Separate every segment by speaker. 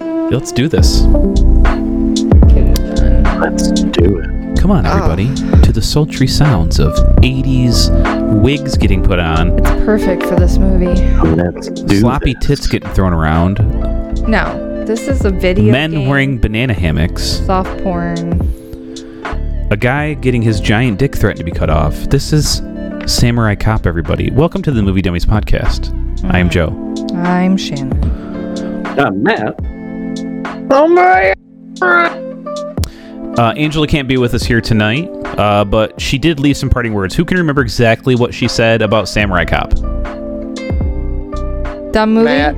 Speaker 1: Let's do this.
Speaker 2: Let's do it.
Speaker 1: Come on,
Speaker 3: Ah.
Speaker 1: everybody, to the sultry sounds of 80s wigs getting put on,
Speaker 4: Perfect for this movie.
Speaker 2: Let's do
Speaker 1: sloppy
Speaker 2: this.
Speaker 1: tits getting thrown around,
Speaker 4: No, this is a video.
Speaker 1: men
Speaker 4: game.
Speaker 1: wearing banana hammocks,
Speaker 4: soft porn.
Speaker 1: a guy getting his giant dick threatened to be cut off. This is Samurai Cop, everybody. Welcome to the Movie Dummies podcast. I am Joe.
Speaker 4: I'm Shannon.
Speaker 2: Uh, Matt,
Speaker 1: Uh, Angela can't be with us here tonight, uh, but she did leave some parting words. Who can remember exactly what she said about Samurai Cop?
Speaker 4: Dumb movie.
Speaker 3: Matt.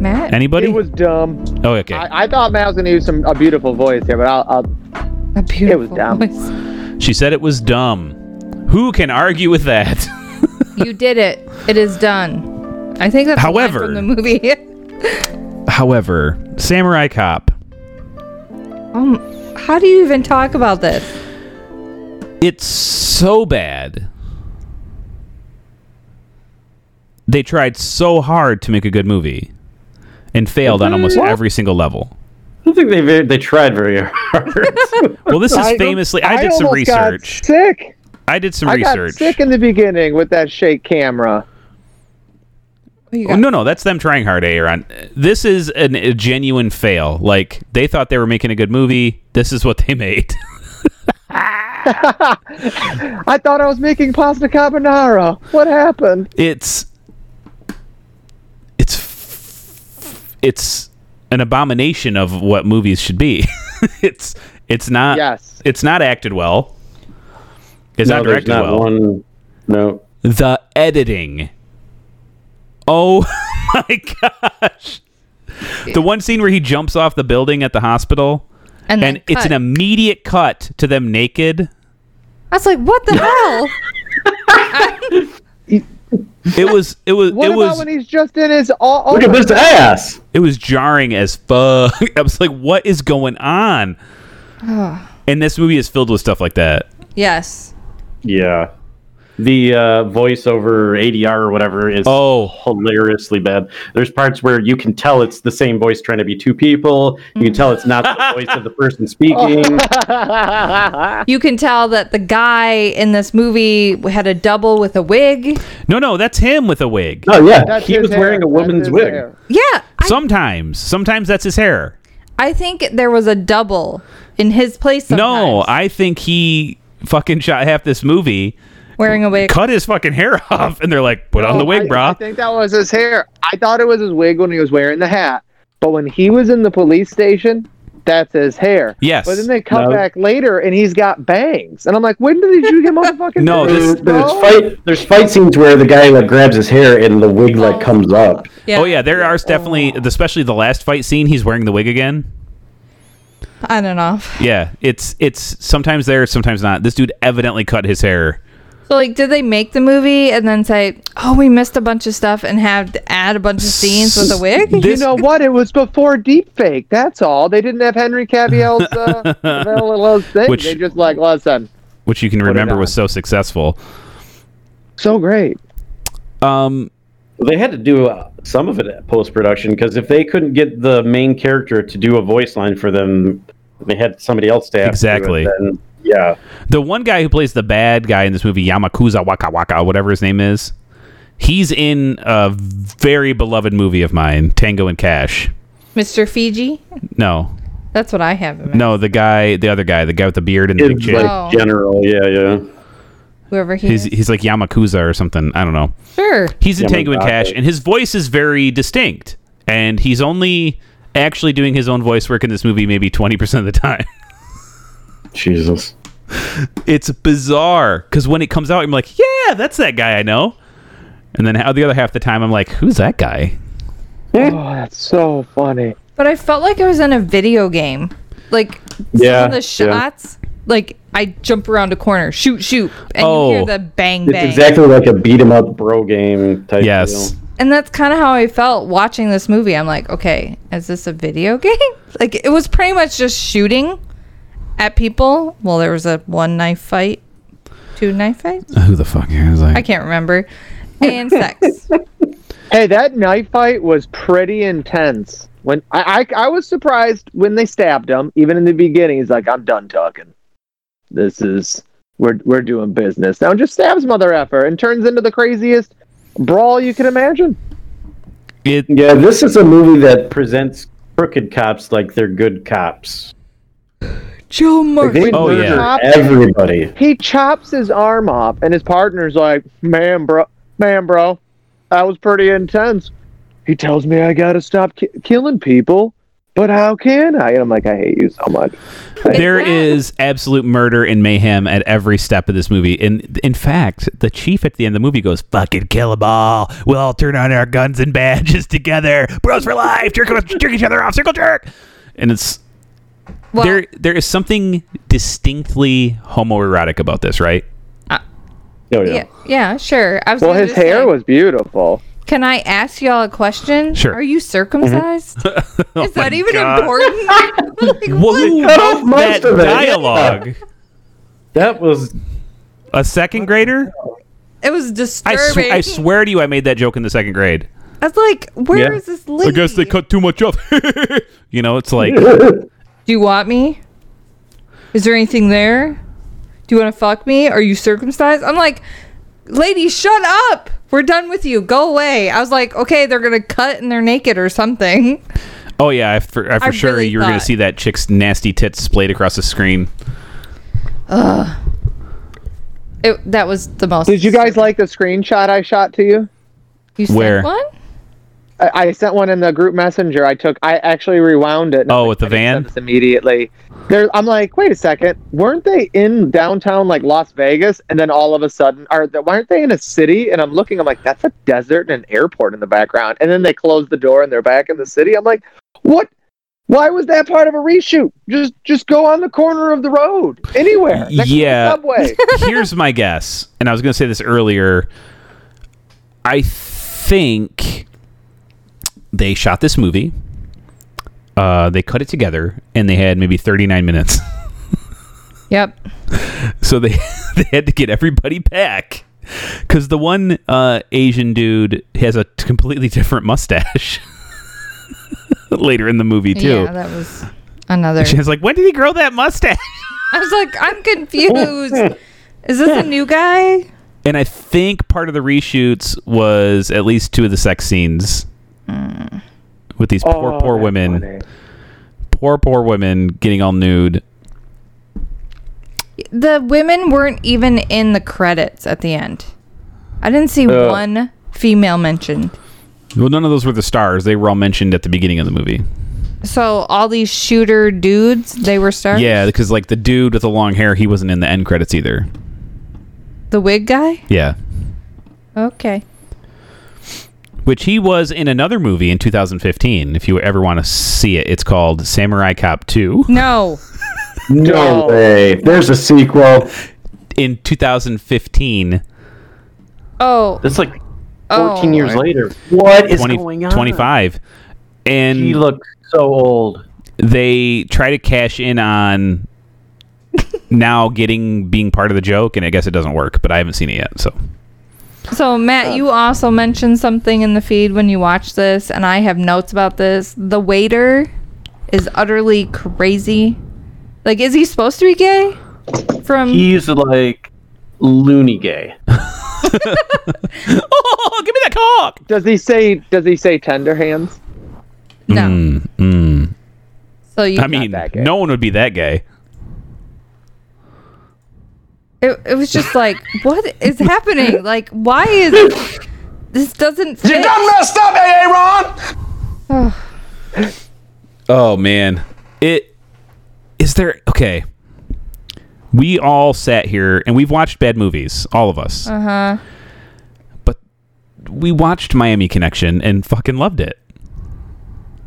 Speaker 4: Matt?
Speaker 1: Anybody?
Speaker 3: It was dumb.
Speaker 1: oh, okay.
Speaker 3: I, I thought Matt was gonna use some a beautiful voice here, but I'll, I'll
Speaker 4: a beautiful
Speaker 3: dumb.
Speaker 4: voice.
Speaker 1: She said it was dumb. Who can argue with that?
Speaker 4: you did it. It is done. I think that's a line
Speaker 1: However-
Speaker 4: from the movie.
Speaker 1: However, Samurai Cop,
Speaker 4: um, how do you even talk about this?
Speaker 1: it's so bad. They tried so hard to make a good movie and failed on almost every single level.
Speaker 2: I don't think they ve- they tried very hard.
Speaker 1: Well, this is famously I, did some
Speaker 3: almost got
Speaker 1: research.
Speaker 3: sick.
Speaker 1: I did some
Speaker 3: I
Speaker 1: research.
Speaker 3: got sick in the beginning with that shake camera.
Speaker 4: You
Speaker 1: Oh, no, no, that's them trying hard, Aaron. This is an, a genuine fail. Like they thought they were making a good movie. This is what they made.
Speaker 3: I thought I was making pasta carbonara. What happened?
Speaker 1: it's it's f- it's an abomination of what movies should be. it's it's not
Speaker 3: Yes.
Speaker 1: it's not acted well. It's
Speaker 2: no,
Speaker 1: not
Speaker 2: there's
Speaker 1: directed
Speaker 2: not
Speaker 1: well.
Speaker 2: one. No,
Speaker 1: The editing. Oh my gosh. The one scene where he jumps off the building at the hospital
Speaker 4: And, then
Speaker 1: and it's an
Speaker 4: cut.
Speaker 1: immediate cut to them naked.
Speaker 4: I was like, what the hell?
Speaker 1: It was it was
Speaker 3: What
Speaker 1: it
Speaker 3: about
Speaker 1: was
Speaker 3: when he's just in his all? all
Speaker 2: look at this ass.
Speaker 1: It was jarring as fuck. I was like, what is going on? and this movie is filled with stuff like that.
Speaker 4: Yes.
Speaker 2: Yeah, the uh, voiceover ADR or whatever is
Speaker 1: Oh,
Speaker 2: hilariously bad. There's parts where you can tell it's the same voice trying to be two people. You can tell it's not the voice of the person speaking.
Speaker 4: You can tell that the guy in this movie had a double with a wig.
Speaker 1: no, no, that's him with a wig.
Speaker 2: Oh yeah,
Speaker 3: That's
Speaker 2: he
Speaker 3: his
Speaker 2: was
Speaker 3: hair.
Speaker 2: wearing a
Speaker 3: That's
Speaker 2: woman's
Speaker 3: his
Speaker 2: wig.
Speaker 3: hair.
Speaker 4: Yeah. I,
Speaker 1: Sometimes, sometimes that's his hair.
Speaker 4: I think there was a double in his place.
Speaker 1: No,
Speaker 4: Sometimes,
Speaker 1: I think he fucking shot half this movie,
Speaker 4: wearing a wig.
Speaker 1: cut his fucking hair off, and they're like, put on the wig,
Speaker 3: Oh, I, I
Speaker 1: brah.
Speaker 3: think that was his hair. I thought it was his wig when he was wearing the hat. But when he was in the police station, that's his hair.
Speaker 1: Yes.
Speaker 3: But then they come
Speaker 2: No.
Speaker 3: back later and he's got bangs. And I'm like, when did you get motherfucking
Speaker 1: No,
Speaker 3: bangs,
Speaker 1: this-
Speaker 2: There's, there's
Speaker 3: bro?
Speaker 2: fight. There's fight scenes where the guy like grabs his hair and the wig like comes up.
Speaker 1: Oh yeah, there are definitely, especially the last fight scene. He's wearing the wig again.
Speaker 4: I don't know.
Speaker 1: Yeah, it's it's sometimes there, sometimes not. This dude evidently cut his hair.
Speaker 4: So like, did they make the movie and then say, "Oh, we missed a bunch of stuff," and have to add a bunch of scenes with a wig?
Speaker 1: This-
Speaker 3: You know what? It was before deepfake. That's all. They didn't have Henry Cavill's uh, Cavill's thing.
Speaker 1: Which-
Speaker 3: they just like listen.
Speaker 1: which you can remember was
Speaker 3: on.
Speaker 1: so successful.
Speaker 3: So great.
Speaker 1: Um,
Speaker 2: They had to do uh, some of it at post production because if they couldn't get the main character to do a voice line for them, they had somebody else to have to do it
Speaker 1: Exactly.
Speaker 2: then. yeah,
Speaker 1: The one guy who plays the bad guy in this movie, Yamakuza Waka Waka, whatever his name is, he's in a very beloved movie of mine, Tango and Cash.
Speaker 4: Mr. Fiji.
Speaker 1: No,
Speaker 4: That's what I have. In mind.
Speaker 1: no, the guy, the other guy, the guy with the beard and the big
Speaker 2: it's
Speaker 1: chin.
Speaker 2: like
Speaker 4: Oh.
Speaker 2: general. Yeah, yeah.
Speaker 4: Whoever he
Speaker 1: He's,
Speaker 4: is.
Speaker 1: he's like Yamakuza or something. I don't know.
Speaker 4: Sure.
Speaker 1: He's in Tango and
Speaker 2: Yamakuza.
Speaker 1: Cash, and his voice is very distinct. And he's only actually doing his own voice work in this movie maybe 20% of the time.
Speaker 2: Jesus.
Speaker 1: it's bizarre because when it comes out, I'm like, yeah, that's that guy I know. And then how the other half the time, I'm like, who's that guy?
Speaker 3: Oh, that's so funny.
Speaker 4: But I felt like I was in a video game. Like
Speaker 2: Yeah,
Speaker 4: some of the
Speaker 2: yeah.
Speaker 4: shots, like I jump around a corner, shoot, shoot, and you
Speaker 1: Oh.
Speaker 4: hear the bang
Speaker 2: It's
Speaker 4: bang.
Speaker 2: exactly like a beat 'em up bro game type.
Speaker 1: Yes.
Speaker 2: deal.
Speaker 4: and that's kind of how I felt watching this movie. I'm like, okay, is this a video game? like, it was pretty much just shooting at people. Well, there was a one knife fight, two knife fights.
Speaker 1: Who the fuck is
Speaker 4: I can't remember, and sex.
Speaker 3: Hey, that knife fight was pretty intense. When I, I I was surprised when they stabbed him, even in the beginning, he's like, "I'm done talking. This is we're we're doing business now." and Just stabs mother effer and turns into the craziest brawl you can imagine.
Speaker 1: It
Speaker 2: Yeah, this is a movie that presents crooked cops like they're good cops.
Speaker 4: Joe
Speaker 2: Like, they
Speaker 4: Martin.
Speaker 1: Oh,
Speaker 2: murder
Speaker 1: yeah.
Speaker 2: everybody.
Speaker 3: He chops his arm off, and his partner's like, "Man, bro, man, bro, that was pretty intense." He tells me I gotta stop ki- killing people, but how can I? And I'm like, I hate you so much.
Speaker 1: There
Speaker 4: Exact-
Speaker 1: is absolute murder and mayhem at every step of this movie. And in fact, the chief at the end of the movie goes, fucking kill them all. We'll all turn on our guns and badges together. Bros for life. Jerk, jerk each other off. Circle jerk. And it's
Speaker 4: Well,
Speaker 1: there. There is something distinctly homoerotic about this, right?
Speaker 2: Oh, yeah.
Speaker 4: yeah, yeah, sure. I was
Speaker 3: Well,
Speaker 4: gonna
Speaker 3: his
Speaker 4: just
Speaker 3: hair
Speaker 4: say,
Speaker 3: was beautiful.
Speaker 4: Can I ask y'all a question?
Speaker 1: Sure.
Speaker 4: Are you circumcised?
Speaker 1: Oh
Speaker 4: Is that
Speaker 1: my
Speaker 4: even
Speaker 1: God.
Speaker 4: important? like,
Speaker 1: Well,
Speaker 4: what?
Speaker 1: who
Speaker 2: Oh,
Speaker 1: wrote
Speaker 2: most
Speaker 1: that
Speaker 2: of it.
Speaker 1: dialogue?
Speaker 2: That was
Speaker 1: A second grader?
Speaker 4: It was
Speaker 1: I,
Speaker 4: disturbing.
Speaker 1: sw- I swear to you, I made that joke in the second grade.
Speaker 4: I was like, where is
Speaker 2: Yeah.
Speaker 4: this lady?
Speaker 1: too much off. you know, it's like
Speaker 4: Do you want me? Is there anything there? Do you want to fuck me? Are you circumcised? I'm like, lady, shut up. We're done with you. Go away. I was like, okay, they're gonna cut and they're naked or something.
Speaker 1: Oh yeah, I for, I for
Speaker 4: I
Speaker 1: sure
Speaker 4: really
Speaker 1: you were going
Speaker 4: thought-
Speaker 1: to see that chick's nasty tits splayed across the screen.
Speaker 4: It, that was the most.
Speaker 3: Did you guys like the screenshot I shot to you?
Speaker 4: You sent
Speaker 1: Where?
Speaker 4: one?
Speaker 3: I, I sent one in the group messenger. I took. I actually rewound it. and I
Speaker 1: Oh,
Speaker 3: was
Speaker 1: with
Speaker 3: like,
Speaker 1: the
Speaker 3: I didn't send
Speaker 1: van?
Speaker 3: this immediately. There, I'm like, wait a second. Weren't they in downtown like Las Vegas? And then all of a sudden, are they, why aren't they in a city? And I'm looking. I'm like, that's a desert and an airport in the background. And then they close the door and they're back in the city. I'm like, what? Why was that part of a reshoot? Just just go on the corner of the road, anywhere. next to the
Speaker 1: Yeah.
Speaker 3: subway.
Speaker 1: Here's my guess, and I was going to say this earlier. I think they shot this movie. Uh, they cut it together, and they had maybe 39 minutes,
Speaker 4: Yep.
Speaker 1: so they they had to get everybody back because the one uh, Asian dude has a t- completely different mustache later in the movie too.
Speaker 4: Yeah, that was another.
Speaker 1: she was like, "When did he grow that mustache?"
Speaker 4: I was like, I'm confused. Is this a new guy?
Speaker 1: And I think part of the reshoots was at least two of the sex scenes Hmm. with these poor,
Speaker 3: Oh,
Speaker 1: poor
Speaker 3: that's
Speaker 1: women.
Speaker 3: funny.
Speaker 1: Poor, poor women getting all nude.
Speaker 4: The women weren't even in the credits at the end. I didn't see
Speaker 3: Oh.
Speaker 2: Uh.
Speaker 4: one female mentioned.
Speaker 1: Well, none of those were the stars. They were all mentioned at the beginning of the movie.
Speaker 4: So all these shooter dudes, they were stars.
Speaker 1: Yeah, because like the dude with the long hair, he wasn't in the end credits either.
Speaker 4: The wig guy.
Speaker 1: Yeah.
Speaker 4: Okay.
Speaker 1: Which he was in another movie in 2015. If you ever want to see it, it's called Samurai Cop 2.
Speaker 4: No.
Speaker 2: no way. There's a sequel.
Speaker 1: In 2015,
Speaker 4: Oh.
Speaker 2: That's like 14
Speaker 4: Oh,
Speaker 2: years
Speaker 4: Lord.
Speaker 2: later. What is
Speaker 1: 20,
Speaker 2: going on?
Speaker 1: 25. And
Speaker 2: He looks so old.
Speaker 1: they try to cash in on now getting being part of the joke and i guess it doesn't work but i haven't seen it yet so
Speaker 4: So Matt, you also mentioned something in the feed when you watched this, and I have notes about this. The waiter is utterly crazy. Like, is he supposed to be gay? From
Speaker 2: He's like loony gay.
Speaker 1: oh give me that cock
Speaker 3: Does he say? Does he say tender hands?
Speaker 4: no. So you.
Speaker 1: Mm, i mean
Speaker 3: that gay.
Speaker 1: no one would be that gay
Speaker 4: It, it was just like, what is happening? Like, why is this doesn't fit?
Speaker 2: messed up, Aaron.
Speaker 1: oh man it is there okay we all sat here and we've watched bad movies all of us uh-huh but we watched miami connection and fucking loved it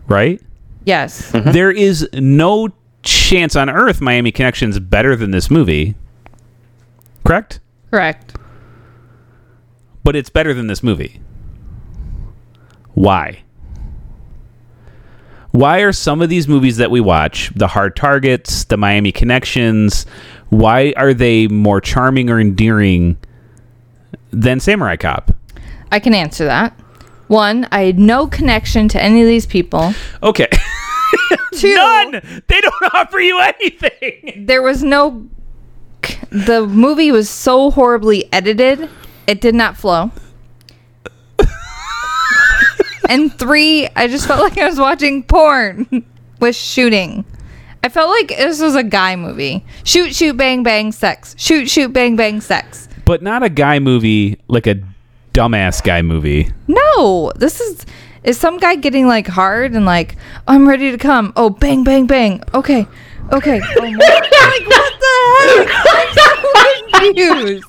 Speaker 1: right
Speaker 4: yes,
Speaker 1: There is no chance on earth Miami Connection's better than this movie. Correct?
Speaker 4: correct.
Speaker 1: But it's better than this movie. Why? Why are some of these movies that we watch, the Hard Targets, the Miami Connections, why are they more charming or endearing than Samurai Cop?
Speaker 4: I can answer that One, I had no connection to any of these people.
Speaker 1: Okay.
Speaker 4: Two,
Speaker 1: None. They don't offer you anything.
Speaker 4: there was no. The movie was so horribly edited, it did not flow. and three, I just felt like I was watching porn with shooting. I felt like this was a guy movie. Shoot, shoot, bang, bang, sex. Shoot, shoot, bang, bang, sex.
Speaker 1: But not a guy movie, like a dumbass guy movie.
Speaker 4: No, this is is some guy getting like hard and like I'm ready to come. Oh, bang, bang, bang. Okay, okay. Oh my! like what the heck? I'm so confused.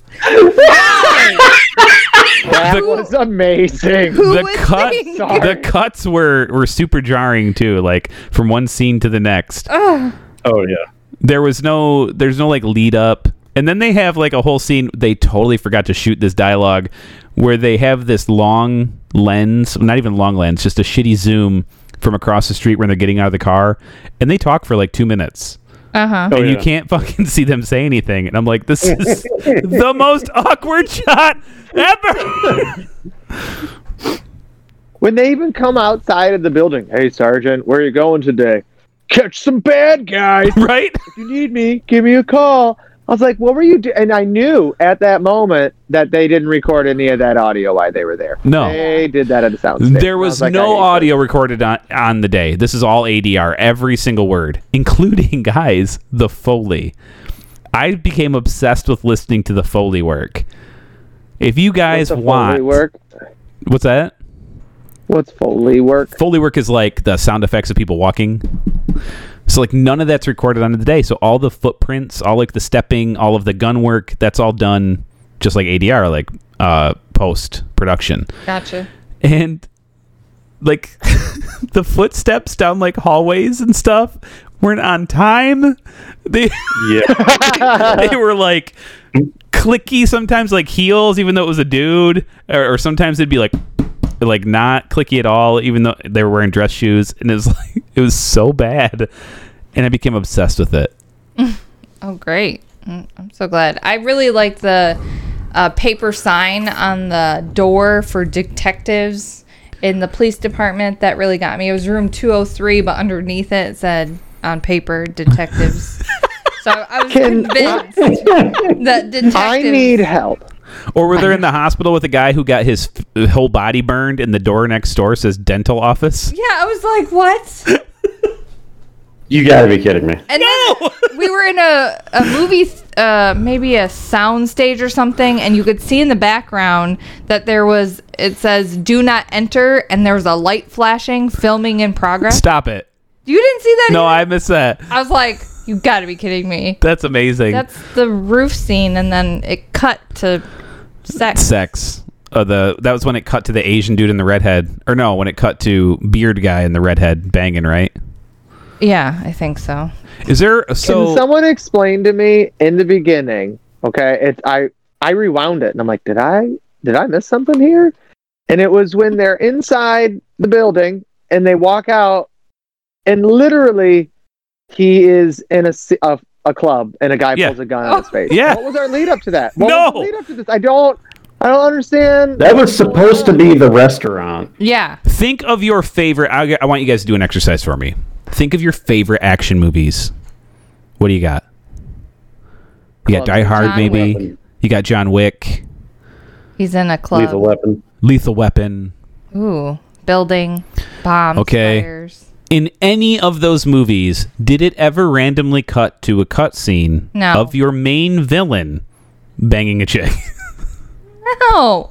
Speaker 3: That
Speaker 1: The-
Speaker 3: was amazing.
Speaker 4: Who
Speaker 1: the
Speaker 4: would
Speaker 1: cut
Speaker 4: think?
Speaker 1: the cuts were were super jarring too like from one scene to the next
Speaker 2: Oh yeah.
Speaker 1: there was no there's no like lead up and then they have like a whole scene they totally forgot to shoot this dialogue where they have this long lens not even long lens just a shitty zoom from across the street when they're getting out of the car and they talk for like two minutes
Speaker 4: Uh huh.
Speaker 2: Oh,
Speaker 1: and you
Speaker 2: yeah.
Speaker 1: can't fucking see them say anything and i'm like this is the most awkward shot ever
Speaker 3: When they even come outside of the building, hey sergeant, where you going today? Catch some bad guys.
Speaker 1: right
Speaker 3: If you need me, give me a call. I was like, what were you doing? And I knew at that moment that they didn't record any of that audio while they were there.
Speaker 1: No.
Speaker 3: They did that at the sound. stage.
Speaker 1: There
Speaker 3: I
Speaker 1: was
Speaker 3: like, I
Speaker 1: no
Speaker 3: hate
Speaker 1: audio recorded on, on the day. This is all ADR, every single word, including, guys, the Foley. I became obsessed with listening to the Foley work. If you
Speaker 3: this.
Speaker 1: guys
Speaker 3: What's a
Speaker 1: want.
Speaker 3: Foley work?
Speaker 1: What's that?
Speaker 3: What's Foley work?
Speaker 1: Foley work is like the sound effects of people walking. So, like, none of that's recorded on the day. So, all the footprints, all like the stepping, all of the gun work, that's all done just like ADR, like uh, post production.
Speaker 4: Gotcha.
Speaker 1: and like the footsteps down like hallways and stuff weren't on time. They
Speaker 2: Yeah.
Speaker 1: they were like clicky sometimes like heels even though it was a dude or, or sometimes it'd be like like not clicky at all even though they were wearing dress shoes and it was like it was so bad and I became obsessed with it.
Speaker 4: Oh great! Mm, I'm so glad. I really like the uh, paper sign on the door for detectives in the police department. That really got me. It was room 203, but underneath it, it said on paper detectives. so I was
Speaker 3: Can-
Speaker 4: convinced that detectives.
Speaker 3: I need help.
Speaker 1: Or were they in the hospital with a guy who got his f- uh, whole body burned and the door next door says dental office?
Speaker 4: Yeah, I was like, what?
Speaker 2: You gotta be kidding me.
Speaker 4: And no! we were in a, a movie, th- uh, maybe a sound stage or something, and you could see in the background that there was, it says, do not enter, and there was a light flashing, filming in progress.
Speaker 1: Stop it.
Speaker 4: You didn't see that?
Speaker 1: No,
Speaker 4: either?
Speaker 1: I missed that.
Speaker 4: I was like, you gotta be kidding me.
Speaker 1: That's amazing.
Speaker 4: That's the roof scene, and then it cut to sex.
Speaker 1: sex. Uh, the that was when it cut to the Asian dude and the redhead, or no, when it cut to beard guy and the redhead banging. Right?
Speaker 4: Yeah, I think so.
Speaker 1: Is there
Speaker 3: Can
Speaker 1: so?
Speaker 3: someone explain to me in the beginning? Okay, it I I rewound it and I'm like, did I did I miss something here? And it was when they're inside the building and they walk out, and literally, he is in a c- a, a club and a guy
Speaker 1: Yeah.
Speaker 3: pulls a gun on his face.
Speaker 1: yeah.
Speaker 3: What was our lead up to that? What
Speaker 1: No.
Speaker 3: was the lead up to this? I don't. I don't understand.
Speaker 2: That was supposed to be the restaurant.
Speaker 4: Yeah.
Speaker 1: think of your favorite. I, I want you guys to do an exercise for me. Think of your favorite action movies. What do you got? You got
Speaker 3: Club.
Speaker 1: Die Hard,
Speaker 4: John
Speaker 1: maybe. You got John Wick,
Speaker 4: He's in a club.
Speaker 2: Lethal Weapon.
Speaker 1: Lethal Weapon.
Speaker 4: Ooh, building, bombs,
Speaker 1: Okay.
Speaker 4: fires.
Speaker 1: In any of those movies, did it ever randomly cut to a cutscene
Speaker 4: No.
Speaker 1: of your main villain banging a chick?
Speaker 4: No,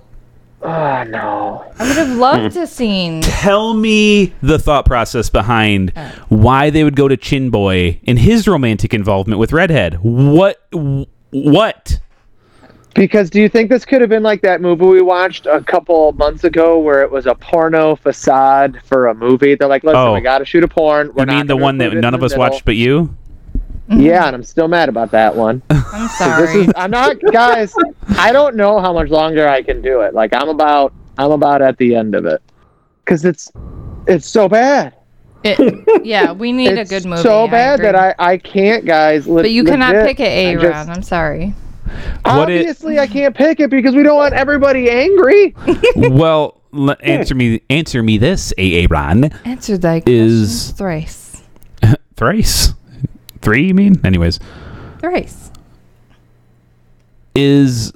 Speaker 3: Oh no.
Speaker 4: I would have loved to seen.
Speaker 1: tell me the thought process behind why they would go to Chin Boy and his romantic involvement with Redhead. What? wh- What?
Speaker 3: Because do you think this could have been like that movie we watched a couple months ago where it was a porno facade for a movie? They're like, listen,
Speaker 1: Oh.
Speaker 3: we got to shoot a porn. We're
Speaker 1: I mean,
Speaker 3: not
Speaker 1: the
Speaker 3: gonna
Speaker 1: one that
Speaker 3: include it
Speaker 1: none
Speaker 3: in
Speaker 1: of
Speaker 3: the
Speaker 1: us
Speaker 3: middle."
Speaker 1: watched, but you.
Speaker 4: Mm-hmm.
Speaker 3: Yeah, and I'm still mad about that one.
Speaker 4: I'm
Speaker 3: this
Speaker 4: sorry.
Speaker 3: is I'm not guys, I don't know how much longer I can do it. Like I'm about I'm about at the end of it. Cuz it's it's so bad.
Speaker 4: It- yeah, we need a
Speaker 3: it's
Speaker 4: good movie.
Speaker 3: so bad that
Speaker 4: agree.
Speaker 3: I I can't guys. le-
Speaker 4: But you cannot
Speaker 3: legit,
Speaker 4: pick it,
Speaker 3: I
Speaker 4: A
Speaker 3: just-
Speaker 4: round. I'm sorry.
Speaker 1: What it-
Speaker 3: Obviously, I can't pick it because we don't want everybody angry.
Speaker 1: well, le- answer me answer me this, Aaron.
Speaker 5: Answer thy questions
Speaker 1: Is-
Speaker 5: thrice.
Speaker 1: Thrice. Three, you mean? Anyways.
Speaker 5: Thrice.
Speaker 1: Is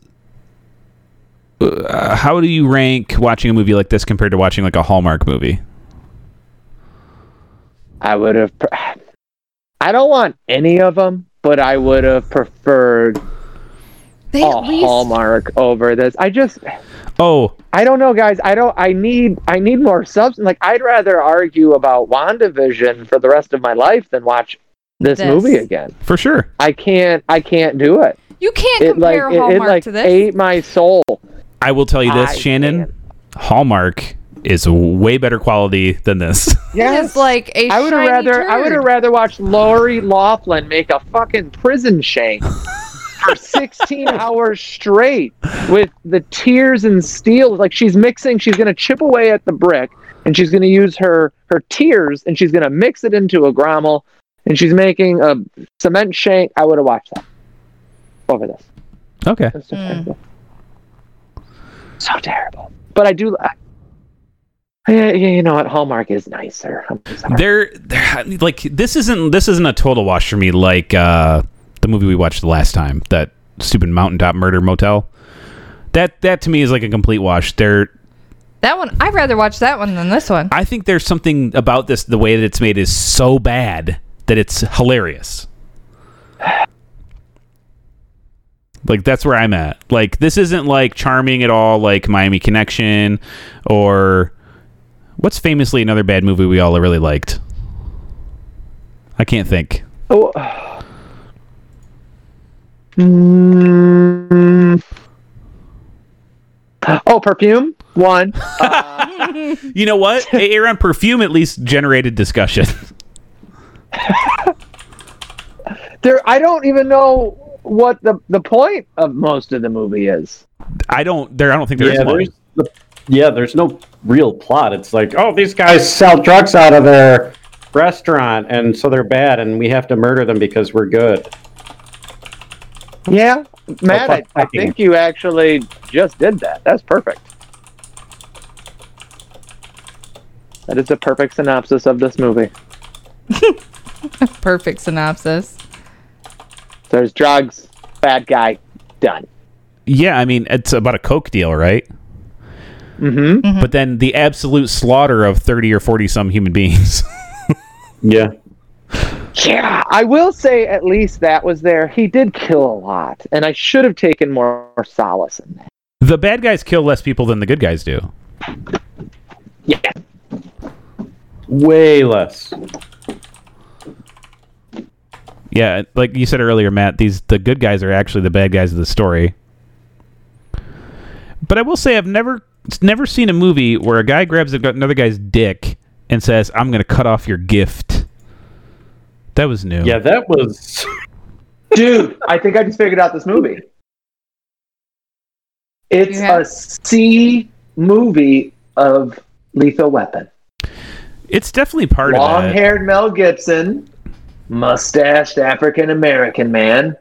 Speaker 1: uh, how do you rank watching a movie like this compared to watching like a Hallmark movie?
Speaker 3: I would have. Pre- I don't want any of them, but I would have preferred
Speaker 5: They
Speaker 3: a
Speaker 5: at least
Speaker 3: Hallmark over this. I just,
Speaker 1: Oh,
Speaker 3: I don't know, guys. I don't. I need, I need more substance. Like, I'd rather argue about Wandavision for the rest of my life than watch this,
Speaker 5: This.
Speaker 3: movie again.
Speaker 1: for sure.
Speaker 3: I can't, I can't do it.
Speaker 5: you can't
Speaker 3: It like,
Speaker 5: compare
Speaker 3: it, it
Speaker 5: Hallmark
Speaker 3: like
Speaker 5: to this.
Speaker 3: ate my soul.
Speaker 1: I will tell you this,
Speaker 3: I
Speaker 1: Shannon.
Speaker 3: can't.
Speaker 1: Hallmark is way better quality than this.
Speaker 5: It is like a
Speaker 3: I would have
Speaker 5: shiny
Speaker 3: rather I would have
Speaker 5: turd.
Speaker 3: rather watched Lori Laughlin make a fucking prison shank for 16 hours straight with the tears and steel like she's mixing she's going to chip away at the brick and she's going to use her her tears and she's going to mix it into a grommel and she's making a cement shank. I would have watched that over this.
Speaker 1: okay.
Speaker 3: It's so terrible. So terrible. But I do I, yeah, yeah, you know what? Hallmark is nicer. I'm sorry.
Speaker 1: There, there- like this isn't this isn't a total wash for me like uh the movie we watched the last time, that stupid mountaintop murder motel. That that to me is like a complete wash. There
Speaker 5: that one. I'd rather watch that one than this one.
Speaker 1: I think there's something about this the way that it's made is so bad that it's hilarious. Like that's where I'm at. Like this isn't like charming at all like Miami Connection or what's famously another bad movie we all really liked. I can't think.
Speaker 3: Oh. Mm. Oh, perfume one.
Speaker 1: You know what? Aaron Perfume at least generated discussion.
Speaker 3: There, I don't even know what the the point of most of the movie is.
Speaker 1: I don't there I don't think there is
Speaker 2: yeah,
Speaker 1: one.
Speaker 2: there's the- yeah, there's no real plot. It's like, oh, these guys sell drugs out of their restaurant, and so they're bad, and we have to murder them because we're good.
Speaker 3: Yeah, Matt,
Speaker 2: Oh,
Speaker 3: I,
Speaker 2: fuck,
Speaker 3: I
Speaker 2: fucking.
Speaker 3: think you actually just did that. That's perfect. That is a perfect synopsis of this movie.
Speaker 5: Perfect synopsis.
Speaker 3: There's drugs, bad guy, done.
Speaker 1: Yeah, I mean it's about a coke deal, right?
Speaker 3: Mm-hmm.
Speaker 1: but then the absolute slaughter of 30 or 40 some human beings
Speaker 2: Yeah.
Speaker 3: Yeah, I will say at least that was there. He did kill a lot, and I should have taken more solace in that.
Speaker 1: the bad guys kill less people than the good guys do
Speaker 3: Yeah,
Speaker 2: Way less.
Speaker 1: yeah like you said earlier matt these the good guys are actually the bad guys of the story but i will say i've never never seen a movie where a guy grabs a- another guy's dick and says i'm gonna cut off your gift that was new
Speaker 2: Yeah, that was.
Speaker 3: dude, I think I just figured out this movie. It's
Speaker 5: You have-
Speaker 3: a C movie of Lethal Weapon.
Speaker 1: it's definitely part of that
Speaker 3: Long-haired Mel Gibson, mustached African American man,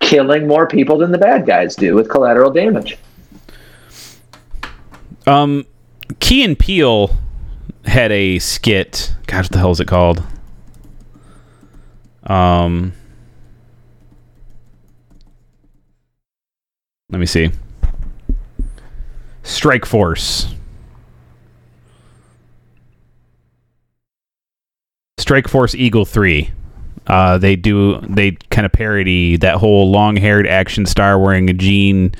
Speaker 3: killing more people than the bad guys do with collateral damage.
Speaker 1: Um, Key and Peele had a skit. God, what the hell is it called? Um, let me see. Strike Force. Strike Force Eagle Three. Uh, they do they kind of parody that whole long-haired action star wearing a jean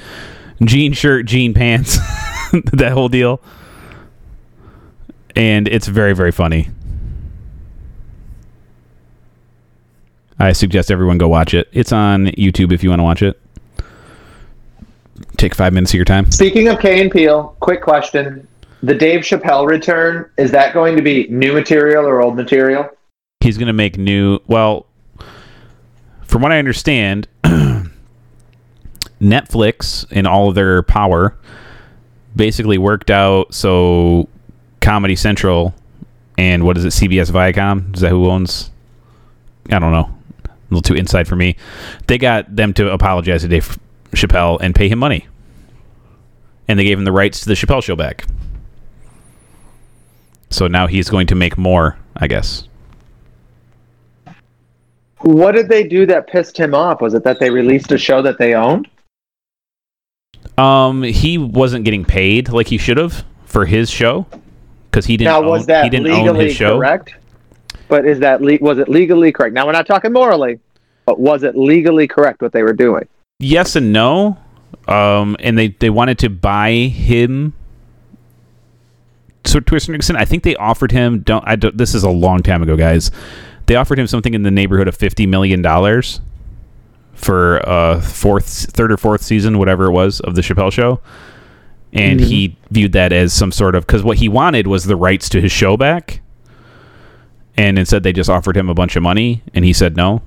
Speaker 1: jean shirt, jean pants, that whole deal. And it's very, very funny. I suggest everyone go watch it. It's on YouTube if you want to watch it. Take five minutes of your time.
Speaker 3: Speaking of K and Peel, quick question: the Dave Chappelle return is that going to be new material or old material?
Speaker 1: He's going to make new. Well, from what I understand, Netflix in all of their power basically worked out so Comedy Central and what is it, CBS Viacom? Is that who owns? I don't know. A little too inside for me. They got them to apologize to Dave Chappelle and pay him money. And they gave him the rights to the Chappelle show back. So now he's going to make more, I guess.
Speaker 3: What did they do that pissed him off? Was it that they released a show that they owned?
Speaker 1: Um, he wasn't getting paid like he should have for his show because he didn't.
Speaker 3: Now
Speaker 1: own,
Speaker 3: was that
Speaker 1: he didn't own
Speaker 3: legally
Speaker 1: his show?
Speaker 3: correct? But is that le- was it legally correct? Now we're not talking morally, but was it legally correct what they were doing?
Speaker 1: Yes and no. Um, and they they wanted to buy him. So to a certain extent, I think they offered him. Don't I? Don't, this is a long time ago, guys. They offered him something in the neighborhood of fifty million dollars for uh fourth, third or fourth season, whatever it was, of the Chappelle Show. And he viewed that as some sort of because what he wanted was the rights to his show back. And instead, they just offered him a bunch of money, and he said no.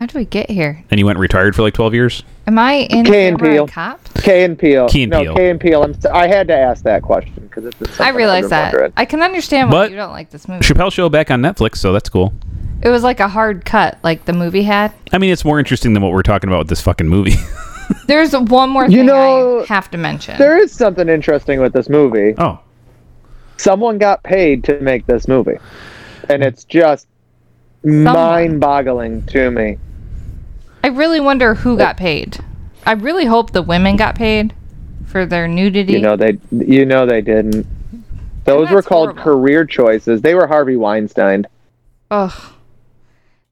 Speaker 4: How do we get here?
Speaker 1: And he went and retired for like twelve years.
Speaker 4: Am I in
Speaker 3: Key and
Speaker 4: Camera
Speaker 3: Peele.
Speaker 4: Cop?
Speaker 3: K and Peel.
Speaker 1: Key and
Speaker 3: no,
Speaker 1: Peele.
Speaker 3: K and Peel. I'm, I had to ask that question because it's. something
Speaker 4: I
Speaker 3: I've
Speaker 4: realize
Speaker 3: been
Speaker 4: that.
Speaker 3: wondering.
Speaker 4: I can understand why
Speaker 1: But-
Speaker 4: you don't like this movie.
Speaker 1: Chappelle Show back on Netflix, so that's cool.
Speaker 4: It was like a hard cut, like the movie had.
Speaker 1: I mean, it's more interesting than what we're talking about with this fucking movie.
Speaker 4: There's one more thing
Speaker 3: You know,
Speaker 4: I have to mention.
Speaker 3: There is something interesting with this movie.
Speaker 1: oh,
Speaker 3: Someone got paid to make this movie, and it's just mind-boggling to me.
Speaker 4: I really wonder who got paid. I really hope the women got paid for their nudity.
Speaker 3: You know they. You know they didn't. Those were
Speaker 4: that's
Speaker 3: called
Speaker 4: horrible.
Speaker 3: career choices. They were Harvey Weinstein.
Speaker 4: Ugh.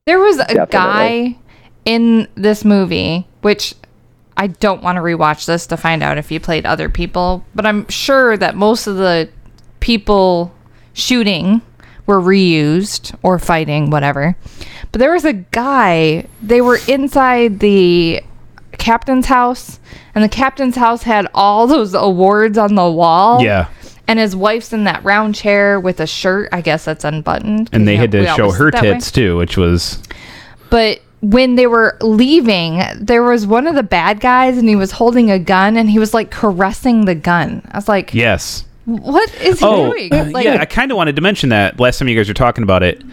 Speaker 4: There was a
Speaker 3: Definitely.
Speaker 4: guy in this movie, which I don't want to rewatch this to find out if he played other people, but I'm sure that most of the people shooting were reused or fighting, whatever. But there was a guy, they were inside the captain's house, and the captain's house had all those awards on the wall.
Speaker 1: yeah.
Speaker 4: And his wife's in that round chair with a shirt. I guess that's unbuttoned.
Speaker 1: And they
Speaker 4: You know,
Speaker 1: had to
Speaker 4: we
Speaker 1: show
Speaker 4: always
Speaker 1: her
Speaker 4: sit that way.
Speaker 1: tits too, which was
Speaker 4: But when they were leaving, there was one of the bad guys and he was holding a gun and he was like caressing the gun. I was like,
Speaker 1: yes.
Speaker 4: what is he
Speaker 1: Oh,
Speaker 4: doing? Like,
Speaker 1: yeah. I kind of wanted to mention that last time you guys were talking about it.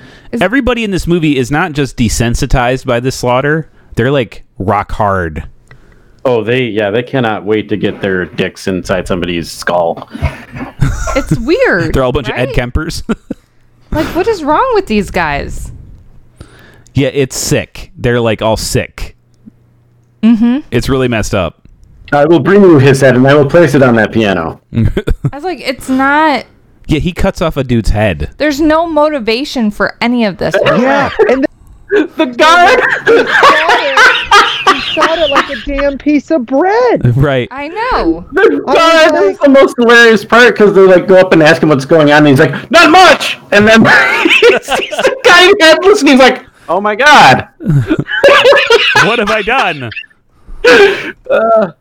Speaker 1: Everybody in this movie is not just desensitized by this slaughter; they're like rock hard.
Speaker 2: Oh, they yeah, they cannot wait to get their dicks inside somebody's skull.
Speaker 4: it's weird.
Speaker 1: They're all a bunch of Ed
Speaker 4: right?
Speaker 1: Kempers.
Speaker 4: Like, what is wrong with these guys?
Speaker 1: yeah, it's sick. They're like all sick. Mm-hmm. It's really messed up.
Speaker 2: I will bring you his head, and I will place it on that piano.
Speaker 4: I was like, it's not,
Speaker 1: Yeah, he cuts off a dude's head.
Speaker 4: there's no motivation for any of this.
Speaker 3: Yeah, and
Speaker 2: The guard.
Speaker 3: shot it like a damn piece of bread.
Speaker 1: Right.
Speaker 4: I know.
Speaker 2: The guard is the most hilarious part because they like go up and ask him what's going on, and he's like, "Not much." And then he sees the guy headless, and he's like, "Oh my god!"
Speaker 1: what have I done?
Speaker 4: Oh,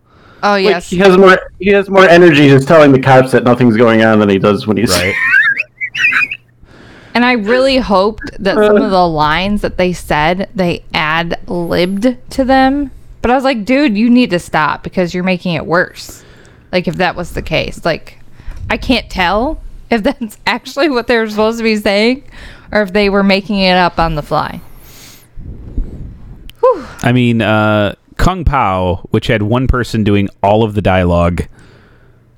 Speaker 2: Like,
Speaker 4: yes.
Speaker 2: he has more. He has more energy just telling the cops that nothing's going on than he does when he's
Speaker 1: Right.
Speaker 4: And I really hoped that some of the lines that they said they ad libbed to them. But I was like, dude, you need to stop because you're making it worse. Like, if that was the case, like, I can't tell if that's actually what they were supposed to be saying or if they were making it up on the fly.
Speaker 1: I mean, uh, Kung Pao, which had one person doing all of the dialogue,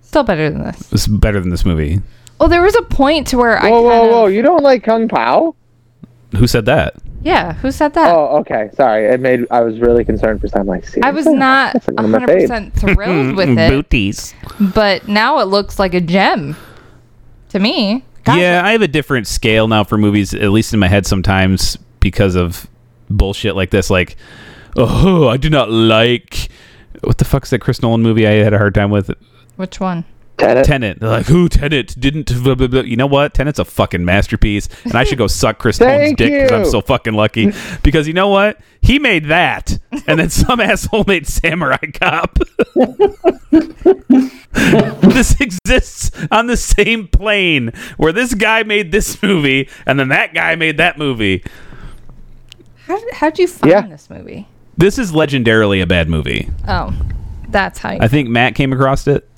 Speaker 4: Still better than this.
Speaker 1: was better than this movie.
Speaker 4: Well, there was a point to where I.
Speaker 3: Whoa, whoa,
Speaker 4: kind of-
Speaker 3: whoa! You don't like Kung Pao?
Speaker 1: Who said that?
Speaker 4: Yeah, who said that?
Speaker 3: Oh, okay. Sorry, it made. I was really concerned for some. Like, see,
Speaker 4: I was not
Speaker 3: That's one of my
Speaker 4: 100% thrilled with it,
Speaker 1: Booties.
Speaker 4: but now it looks like a gem to me. God,
Speaker 1: Yeah, I have a different scale now for movies, at least in my head sometimes, because of bullshit like this. Like, oh, I do not like. What the fuck's that Chris Nolan movie I had a hard time with?
Speaker 4: Which one?
Speaker 3: favorite.
Speaker 1: Tenet. They're like, who Tenet didn't. Blah, blah, blah. You know what? Tenet's a fucking masterpiece, and I should go suck Chris Nolan's
Speaker 3: Thank
Speaker 1: dick because I'm
Speaker 3: you.
Speaker 1: so fucking lucky. Because you know what? He made that, and then some asshole made Samurai Cop. this exists on the same plane where this guy made this movie, and then that guy made that movie.
Speaker 4: How did, how'd you find
Speaker 3: Yeah.
Speaker 4: this movie?
Speaker 1: This is legendarily a bad movie.
Speaker 4: Oh, that's how you.
Speaker 1: I think Matt came across it.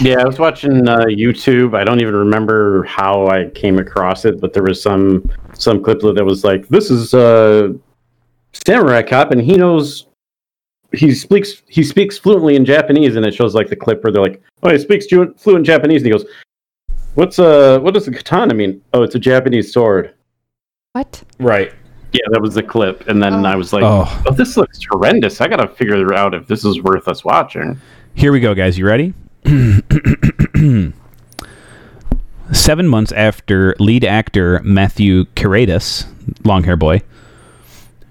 Speaker 2: Yeah, I was watching uh, YouTube. I don't even remember how I came across it, but there was some some clip that was like, "This is uh, samurai cop, and he knows he speaks he speaks fluently in Japanese." And it shows like the clip where they're like, "Oh, he speaks ju- fluent Japanese," and he goes, What's uh what does a katana mean? Oh, it's a Japanese sword.
Speaker 4: What?
Speaker 1: Right.
Speaker 2: Yeah, that was the clip, and then I was like,
Speaker 1: Oh.
Speaker 2: oh. this looks horrendous. I gotta figure out if this is worth us watching."
Speaker 1: Here we go, guys. You ready? Seven months after lead actor Matthew Caratus, long hair boy,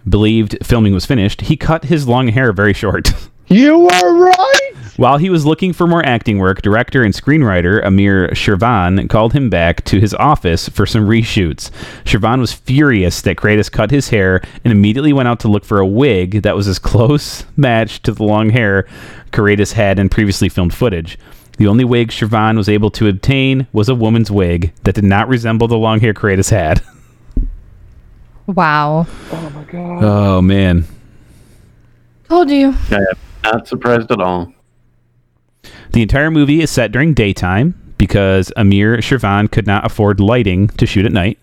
Speaker 1: believed filming was finished, he cut his long hair very short.
Speaker 3: You were right.
Speaker 1: While he was looking for more acting work, director and screenwriter Amir Shirvan called him back to his office for some reshoots. Shirvan was furious that Kratos cut his hair and immediately went out to look for a wig that was as close match to the long hair Kratos had in previously filmed footage. The only wig Shirvan was able to obtain was a woman's wig that did not resemble the long hair Kratos had.
Speaker 4: Wow.
Speaker 1: Oh man.
Speaker 4: Told you.
Speaker 2: I am not surprised at all.
Speaker 1: The entire movie is set during daytime because Amir Shirvan could not afford lighting to shoot at night.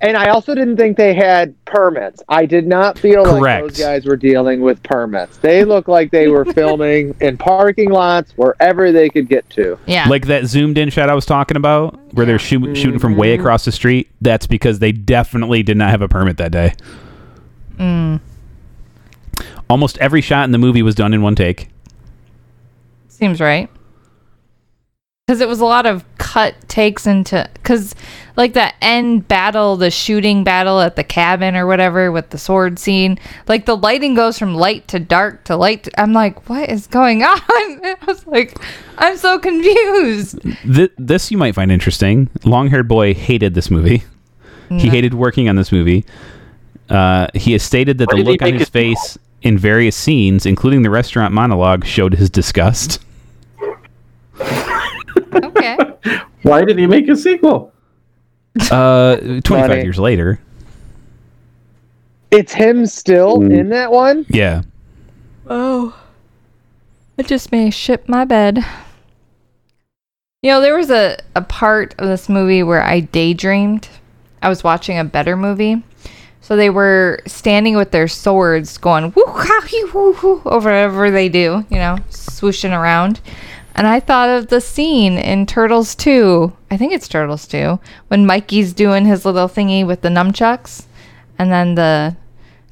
Speaker 3: And I also didn't think they had permits. I did not feel
Speaker 1: Correct.
Speaker 3: like those guys were dealing with permits. They looked like they were filming in parking lots wherever they could get to.
Speaker 4: Yeah.
Speaker 1: like that zoomed in shot I was talking about, where they're shoo- shooting from way across the street. That's because they definitely did not have a permit that day. Almost every shot in the movie was done in one take.
Speaker 4: Seems right. Because it was a lot of cut takes into. Because, like, that end battle, the shooting battle at the cabin or whatever with the sword scene, like, the lighting goes from light to dark to light. To, I'm like, what is going on? I was like, I'm so confused.
Speaker 1: Th- this you might find interesting. Long haired boy hated this movie. He hated working on this movie. Uh, he has stated that
Speaker 2: Why
Speaker 1: the
Speaker 2: did he
Speaker 1: look on
Speaker 2: make
Speaker 1: his
Speaker 2: it small?
Speaker 1: face in various scenes, including the restaurant monologue, showed his disgust.
Speaker 4: Okay.
Speaker 2: Why did he make a sequel?
Speaker 1: Uh, 25
Speaker 3: Funny.
Speaker 1: years later.
Speaker 3: It's him still in that one.
Speaker 1: Yeah.
Speaker 4: Oh. I just may shit my bed. You know, there was a, a part of this movie where I daydreamed. I was watching a better movie. So they were standing with their swords going woo ha hee woo hoo or whatever they do, you know, swooshing around. And I thought of the scene in Turtles 2. I think it's Turtles 2 when Mikey's doing his little thingy with the nunchucks and then the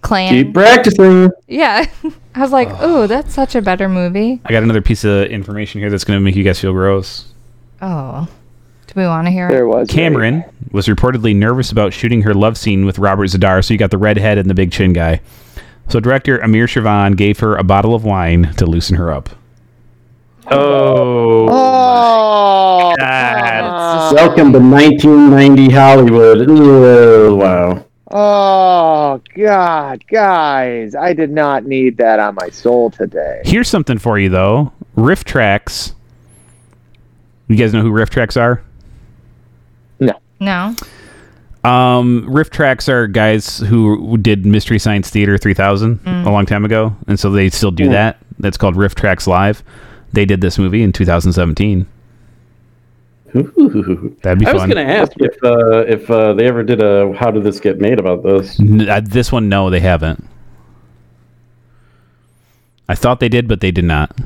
Speaker 4: clan
Speaker 2: Keep practicing.
Speaker 4: yeah. I was like, oh, that's such a better movie.
Speaker 1: I got another piece of information here that's going to make you guys feel gross.
Speaker 4: Oh. Do we want to hear it?
Speaker 3: There was
Speaker 1: Cameron was reportedly nervous about shooting her love scene with Robert Zadar, so you got the redhead and the big chin guy. So director Amir Shirvan gave her a bottle of wine to loosen her up.
Speaker 2: Oh,
Speaker 3: Oh,
Speaker 4: That's just-
Speaker 2: welcome to 1990 Hollywood. Ew, wow.
Speaker 3: oh, God, guys! I did not need that on my soul today.
Speaker 1: Here's something for you though. Riff Tracks. You guys know who Riff Tracks are?
Speaker 4: No.
Speaker 1: Um, Riff Tracks are guys who did Mystery Science Theater 3000 a long time ago, and so they still do that. That's called Riff Tracks Live. They did this movie in 2017.
Speaker 2: Ooh.
Speaker 1: That'd be
Speaker 2: I was
Speaker 1: fun.
Speaker 2: going to ask if uh, if uh, they ever did a how did this get made about this?
Speaker 1: N- uh, this one, no, they haven't. I thought they did, but they did not.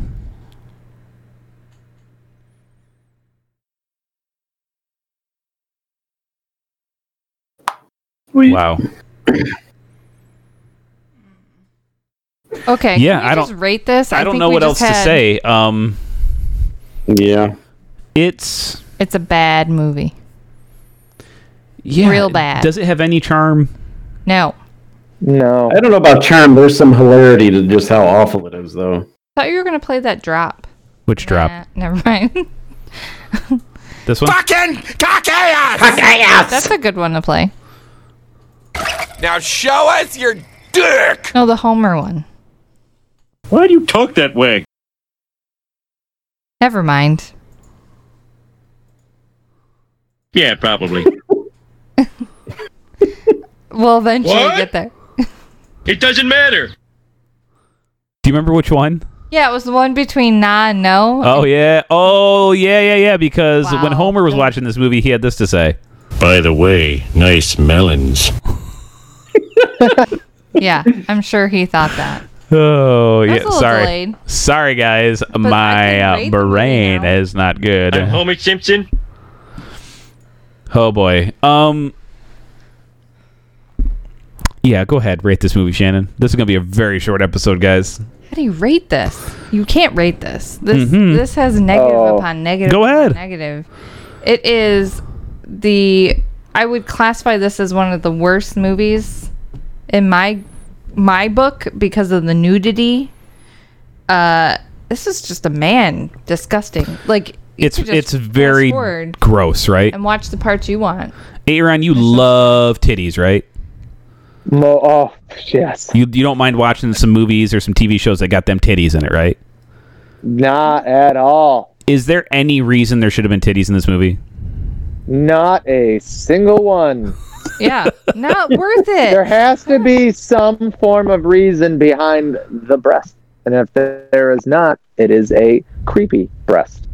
Speaker 1: Wow.
Speaker 4: Okay.
Speaker 1: Yeah,
Speaker 4: can we
Speaker 1: I
Speaker 4: just
Speaker 1: don't-
Speaker 4: rate this.
Speaker 1: I don't
Speaker 4: think
Speaker 1: know
Speaker 4: we
Speaker 1: what else
Speaker 4: just
Speaker 1: to
Speaker 4: had-
Speaker 1: say. Um,
Speaker 2: Yeah.
Speaker 1: it's
Speaker 4: It's a bad movie.
Speaker 1: yeah,
Speaker 4: Real bad.
Speaker 1: Does it have any charm?
Speaker 4: No.
Speaker 3: No,
Speaker 2: I don't know about charm. There's some hilarity to just how awful it is, though.
Speaker 4: Thought you were gonna play that drop.
Speaker 1: Which drop?
Speaker 4: Nah, never mind.
Speaker 1: This one.
Speaker 4: That's a good one to play.
Speaker 6: Now show us your dick!
Speaker 4: No, the Homer one.
Speaker 6: Why do you talk that way?
Speaker 4: Never mind.
Speaker 6: Yeah, probably.
Speaker 4: We'll eventually
Speaker 6: What?
Speaker 4: get there.
Speaker 6: it doesn't matter.
Speaker 1: Do you remember which one?
Speaker 4: Yeah, it was the one between nah and no.
Speaker 1: Oh yeah. Oh yeah, yeah, yeah. Because when
Speaker 4: Wow.
Speaker 1: Homer was watching this movie, he had this to say.
Speaker 7: By the way, nice melons.
Speaker 4: Yeah, I'm sure he thought that.
Speaker 1: Oh
Speaker 4: That's a
Speaker 1: yeah.
Speaker 4: little
Speaker 1: Sorry.
Speaker 4: delayed.
Speaker 1: Sorry guys,
Speaker 4: I
Speaker 1: my
Speaker 4: can
Speaker 1: uh,
Speaker 4: rate the movie
Speaker 1: brain
Speaker 4: now.
Speaker 1: is not good.
Speaker 6: Homer Uh, Simpson.
Speaker 1: Oh boy. Um. Yeah, go ahead. Rate this movie, Shannon. This is gonna be a very short episode, guys.
Speaker 4: How do you rate this? You can't rate this. This this has negative
Speaker 3: Oh.
Speaker 4: upon negative.
Speaker 1: Mm-hmm. Go
Speaker 4: upon
Speaker 1: ahead.
Speaker 4: Negative. It is the I would classify this as one of the worst movies in my my book because of the nudity. Uh this is just a man disgusting. Like you
Speaker 1: It's
Speaker 4: could just
Speaker 1: it's
Speaker 4: fast
Speaker 1: very
Speaker 4: forward
Speaker 1: gross, right?
Speaker 4: and watch the parts you want.
Speaker 1: Aaron, you love titties, right?
Speaker 3: Mo- oh, yes.
Speaker 1: You you don't mind watching some movies or some TV shows that got them titties in it, right?
Speaker 3: Not at all.
Speaker 1: Is there any reason there should have been titties in this movie?
Speaker 3: Not a single one.
Speaker 4: Yeah. Not worth
Speaker 3: There
Speaker 4: it.
Speaker 3: has to be some form of reason behind the breast. And if there is not, it is a creepy breast.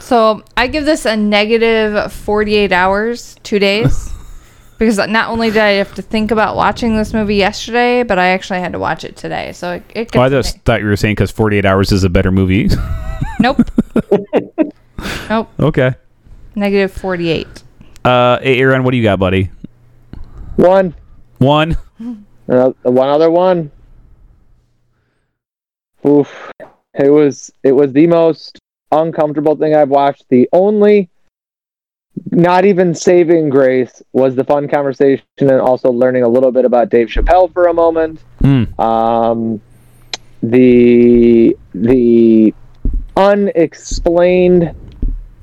Speaker 4: So I give this a negative 48 hours, two days, because not only did I have to think about watching this movie yesterday, but I actually had to watch it today. So it, it
Speaker 1: Oh, I
Speaker 4: gets
Speaker 1: just
Speaker 4: me.
Speaker 1: thought you were saying because 48 Hours is a better movie.
Speaker 4: nope, nope,
Speaker 1: okay.
Speaker 4: negative 48.
Speaker 1: Uh, Aaron, what do you got, buddy?
Speaker 3: One.
Speaker 1: One.
Speaker 3: Uh, one other one. Oof. It was it was the most uncomfortable thing I've watched. The only not even saving grace was the fun conversation and also learning a little bit about Dave Chappelle for a moment.
Speaker 1: Hmm.
Speaker 3: Um the the unexplained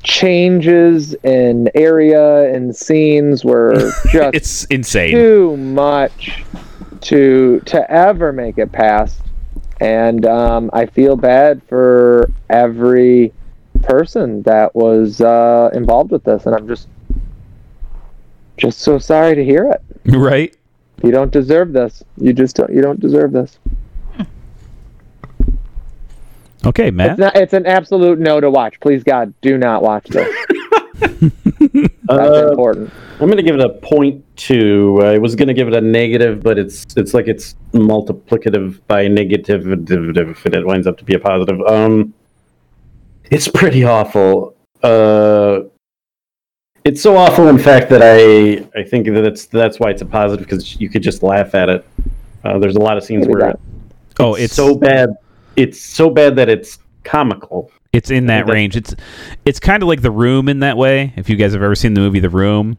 Speaker 3: changes in area and scenes were just
Speaker 1: It's insane.
Speaker 3: too much to to ever make it past and um, i feel bad for every person that was uh, involved with this and i'm just just so sorry to hear it
Speaker 1: Right?
Speaker 3: you don't deserve this you just don't you don't deserve this
Speaker 1: Okay,
Speaker 3: it's,
Speaker 1: Matt.
Speaker 3: not, it's an absolute no to watch please god do not watch this that's
Speaker 2: Uh,
Speaker 3: important
Speaker 2: I'm gonna give it a point two. I was gonna give it a negative, but it's it's like it's multiplicative by negative if it winds up to be a positive. Um, it's pretty awful. Uh, it's so awful, in fact, that I I think that it's that's why it's a positive because you could just laugh at it. Uh, there's a lot of scenes
Speaker 3: Maybe
Speaker 2: where
Speaker 3: not.
Speaker 1: oh, it's
Speaker 2: so bad. It's so bad that it's comical.
Speaker 1: It's in that
Speaker 2: that's-
Speaker 1: range. It's it's kind of like The Room in that way. If you guys have ever seen the movie The Room,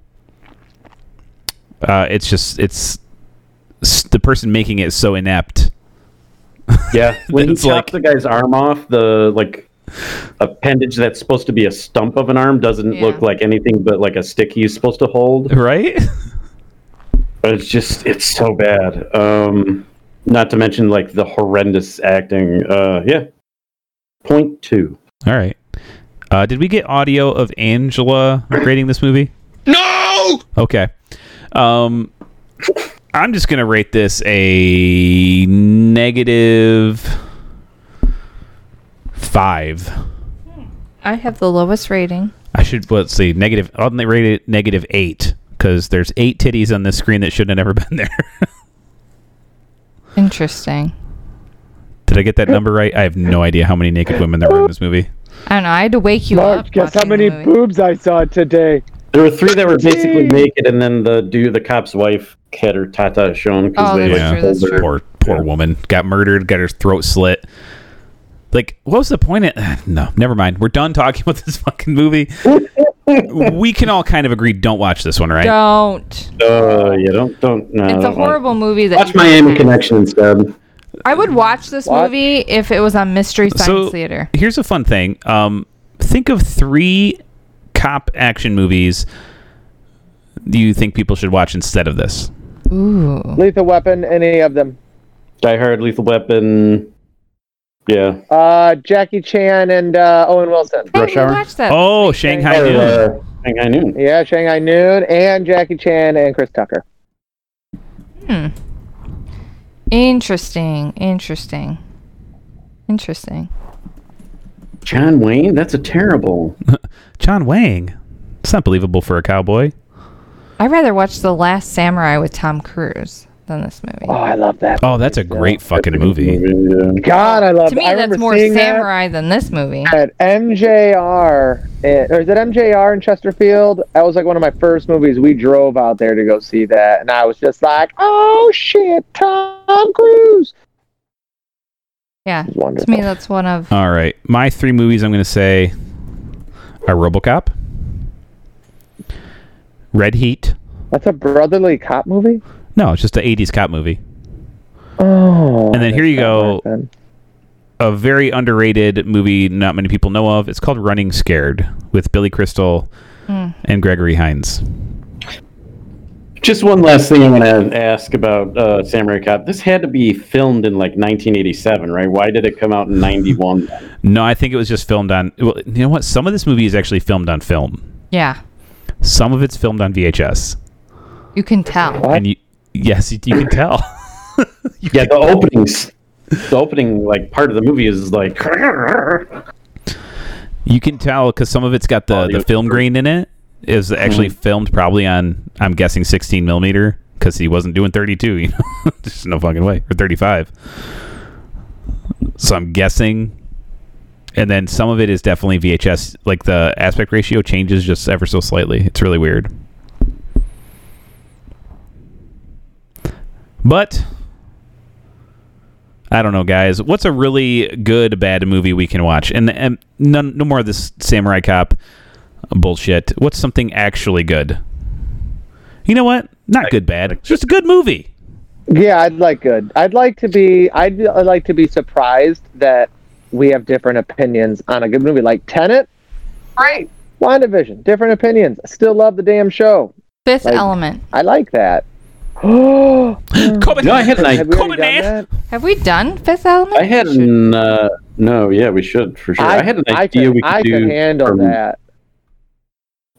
Speaker 1: uh, it's just it's, s the person making it is so inept.
Speaker 2: Yeah, when you
Speaker 1: It's
Speaker 2: chop
Speaker 1: like-
Speaker 2: the guy's arm off, the like appendage that's supposed to be a stump of an arm doesn't
Speaker 4: Yeah.
Speaker 2: look like anything but like a stick he's supposed to hold.
Speaker 1: Right?
Speaker 2: But it's just it's so bad. Um, not to mention like the horrendous acting. Uh, yeah, point two.
Speaker 1: All right. Uh, did we get audio of Angela rating this movie?
Speaker 6: No!
Speaker 1: Okay. Um, I'm just gonna rate this a negative five.
Speaker 4: I have the lowest rating.
Speaker 1: I should let's see negative. I'll rate it negative eight because there's eight titties on this screen that should have never been there.
Speaker 4: Interesting.
Speaker 1: Did I get that number right? I have no idea how many naked women there were in this movie.
Speaker 4: I don't know. I had to wake you
Speaker 3: Mark,
Speaker 4: up.
Speaker 3: guess how
Speaker 4: watching the
Speaker 3: many
Speaker 4: movie.
Speaker 3: boobs i saw today
Speaker 2: There were three that were basically
Speaker 3: Yay.
Speaker 2: naked, and then the dude, the cop's wife, had her tata shown because
Speaker 4: Oh,
Speaker 2: they
Speaker 4: that's
Speaker 2: like,
Speaker 4: true, that's
Speaker 2: pulled her.
Speaker 4: true.
Speaker 1: Poor poor woman got murdered, got her throat slit. Like, what was the point? Of, no, never mind. We're done talking about this fucking movie. we can all kind of agree. Don't watch this one, right?
Speaker 4: Don't.
Speaker 2: Uh, yeah, don't don't. No,
Speaker 4: It's a
Speaker 2: don't
Speaker 4: horrible movie that
Speaker 2: Watch
Speaker 4: you-
Speaker 2: Miami Connection instead.
Speaker 4: I would watch this
Speaker 3: What?
Speaker 4: movie if it was on Mystery Science
Speaker 1: So
Speaker 4: Theater.
Speaker 1: here's a fun thing. Um, think of three cop action movies you think people should watch instead of this.
Speaker 4: Ooh.
Speaker 3: lethal weapon any of them
Speaker 2: Die Hard, Lethal Weapon. Yeah.
Speaker 3: uh, jackie chan and uh, owen wilson
Speaker 4: Hey,
Speaker 2: Rush
Speaker 4: we
Speaker 2: Hour?
Speaker 4: watched that.
Speaker 1: Oh, Shanghai
Speaker 2: Or,
Speaker 1: Noon.
Speaker 2: uh, Shanghai Noon.
Speaker 3: Yeah, Shanghai Noon and Jackie Chan and Chris Tucker.
Speaker 4: Interesting. Interesting. Interesting.
Speaker 2: John Wayne? That's a terrible.
Speaker 1: John Wang. It's not believable for a cowboy.
Speaker 4: I'd rather watch The Last Samurai with Tom Cruise than this movie.
Speaker 3: Oh, I love that.
Speaker 1: Oh, that's a great fucking movie.
Speaker 2: Yeah.
Speaker 3: God, I love.
Speaker 4: to me,
Speaker 3: I remember
Speaker 4: that's more
Speaker 3: seeing that.
Speaker 4: samurai than this movie.
Speaker 3: at MJR, eh, or is it MJR in Chesterfield? That was like one of my first movies. We drove out there to go see that, and I was just like, "Oh shit, Tom Cruise!"
Speaker 4: Yeah.
Speaker 3: It was
Speaker 4: To me,
Speaker 3: wonderful.
Speaker 4: that's one of.
Speaker 1: All right, my three movies I'm going to say are RoboCop, Red Heat.
Speaker 3: That's a brotherly cop movie.
Speaker 1: No, it's just an '80s cop movie.
Speaker 3: Oh,
Speaker 1: And then here you
Speaker 3: that's
Speaker 1: go.
Speaker 3: right then.
Speaker 1: A very underrated movie not many people know of. It's called Running Scared with Billy Crystal and Gregory Hines.
Speaker 2: Just one last thing I want to ask about uh, Samurai Cop. This had to be filmed in like 1987, right? Why did it come out in 91?
Speaker 1: No, I think it was just filmed on. Well, you know what? Some of this movie is actually filmed on film.
Speaker 4: Yeah.
Speaker 1: Some of it's filmed on VHS.
Speaker 4: You can tell.
Speaker 3: What?
Speaker 1: And you, yes, you, you can tell. You
Speaker 2: yeah,
Speaker 1: can-
Speaker 2: the openings. The opening like part of the movie is like
Speaker 1: You can tell because some of it's got the,
Speaker 2: Audio
Speaker 1: the film grain in it. Is actually filmed probably on I'm guessing 16 millimeter because he wasn't doing 32. You know, there's no fucking way or 35. So I'm guessing, and then some of it is definitely VHS. Like the aspect ratio changes just ever so slightly. It's really weird. But I don't know, guys. What's a really good bad movie we can watch? And, and none, no more of this samurai cop bullshit. What's something actually good? You know what? Not good bad. Just a good movie.
Speaker 3: Yeah, I'd like good. I'd like to be. I'd, I'd like to be surprised that we have different opinions on a good movie like Tenet. Right. WandaVision, different opinions. I still love the damn show.
Speaker 4: Fifth
Speaker 3: Like-
Speaker 4: Element.
Speaker 3: I like that. Oh,
Speaker 1: Coben,
Speaker 2: No, I had an idea.
Speaker 3: Have we
Speaker 1: Coben,
Speaker 3: already done
Speaker 1: man.
Speaker 3: that?
Speaker 4: Have we done Fifth Element?
Speaker 2: I had
Speaker 4: We should-
Speaker 2: an uh, no, yeah, we should for sure. I, had an idea
Speaker 3: could,
Speaker 2: we could
Speaker 3: I
Speaker 2: do
Speaker 3: could handle
Speaker 2: for-
Speaker 3: that.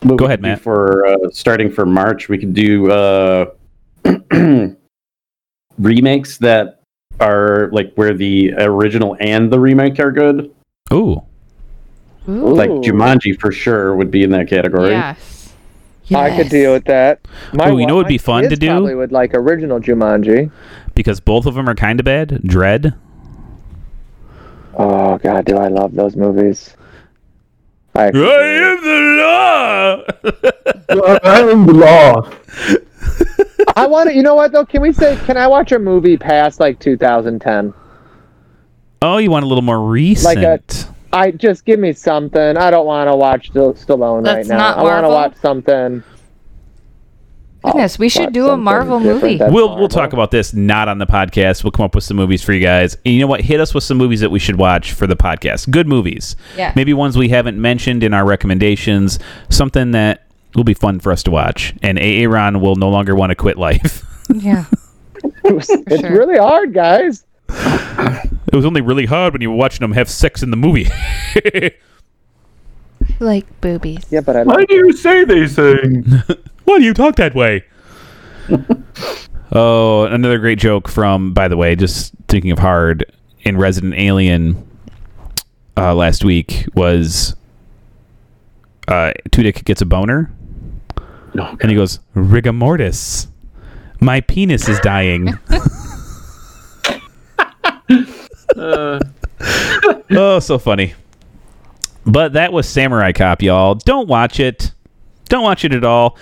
Speaker 2: what we
Speaker 1: Go ahead,
Speaker 2: could do
Speaker 1: Matt.
Speaker 2: For uh, starting for March, we could do uh, remakes that are like where the original and the remake are good.
Speaker 1: Ooh,
Speaker 4: Ooh.
Speaker 2: Like
Speaker 3: Ooh.
Speaker 2: Jumanji for sure would be in that category.
Speaker 4: Yes.
Speaker 3: I could deal
Speaker 4: Yes.
Speaker 3: with that. My
Speaker 1: Ooh, you know
Speaker 3: wa-
Speaker 1: what'd be
Speaker 3: my
Speaker 1: fun to
Speaker 3: kids
Speaker 1: do?
Speaker 3: Probably would like original Jumanji.
Speaker 1: because both of them are kind of bad. Dread.
Speaker 3: Oh God, do I love those movies? I
Speaker 1: the law.
Speaker 3: I want to. You know what though? Can we say? Can I watch a movie past like 2010?
Speaker 1: oh, you want a little more recent?
Speaker 3: I just give me something. I don't want to watch St- Stallone
Speaker 4: That's
Speaker 3: right now.
Speaker 4: not
Speaker 3: I want to
Speaker 4: Marvel?
Speaker 3: watch something.
Speaker 4: Goodness, we should
Speaker 3: Watch
Speaker 4: do a
Speaker 3: something
Speaker 4: Marvel
Speaker 3: different
Speaker 4: movie.
Speaker 3: than
Speaker 1: we'll we'll
Speaker 3: Marvel.
Speaker 1: talk about this not on the podcast. We'll come up with some movies for you guys. And you know what? Hit us with some movies that we should watch for the podcast. Good movies.
Speaker 4: Yeah.
Speaker 1: Maybe ones we haven't mentioned in our recommendations. Something that will be fun for us to watch. And Aaron will no longer want to quit life.
Speaker 4: Yeah.
Speaker 3: It's
Speaker 4: Sure.
Speaker 3: really hard, guys.
Speaker 1: it was only really hard when you were watching them have sex in the movie.
Speaker 4: like boobies.
Speaker 3: Yeah, but I love
Speaker 2: do you say these things?
Speaker 1: Why do you talk that way? oh, another great joke from, by the way, just thinking of hard in Resident Alien uh, last week was uh, Tudyk gets a boner
Speaker 2: No,
Speaker 1: and he goes, rigor mortis. My penis is dying. oh, so funny. But that was Samurai Cop, y'all. Don't watch it. Don't watch it at all.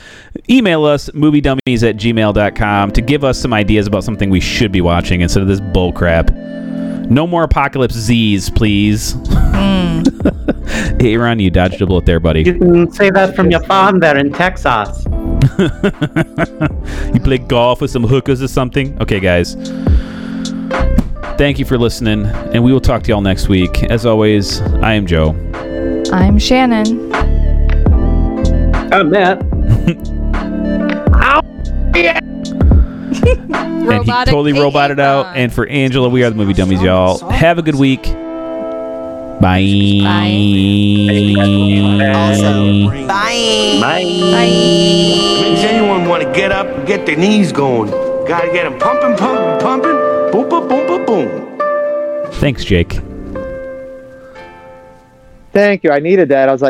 Speaker 1: Email us, moviedummies at gmail.com, to give us some ideas about something we should be watching instead of this bullcrap. No more Apocalypse Z's, please. hey, Aaron, you dodged a bullet there, buddy.
Speaker 2: can say that from your farm there in Texas.
Speaker 1: you play golf with some hookers or something. Okay, guys. Thank you for listening, and we will talk to y'all next week. As always, I am Joe.
Speaker 4: I'm Shannon.
Speaker 2: I'm Matt.
Speaker 1: and he totally roboted out. And for Angela, we are the movie dummies, y'all. Have a good week. Bye.
Speaker 8: Also, bye.
Speaker 9: Makes anyone want to get up and get their knees going. Gotta get them pumping, pumping, pumping. Boom, boom, boom, boom, boom.
Speaker 1: Thanks, Jake.
Speaker 3: Thank you. I needed that. I was like.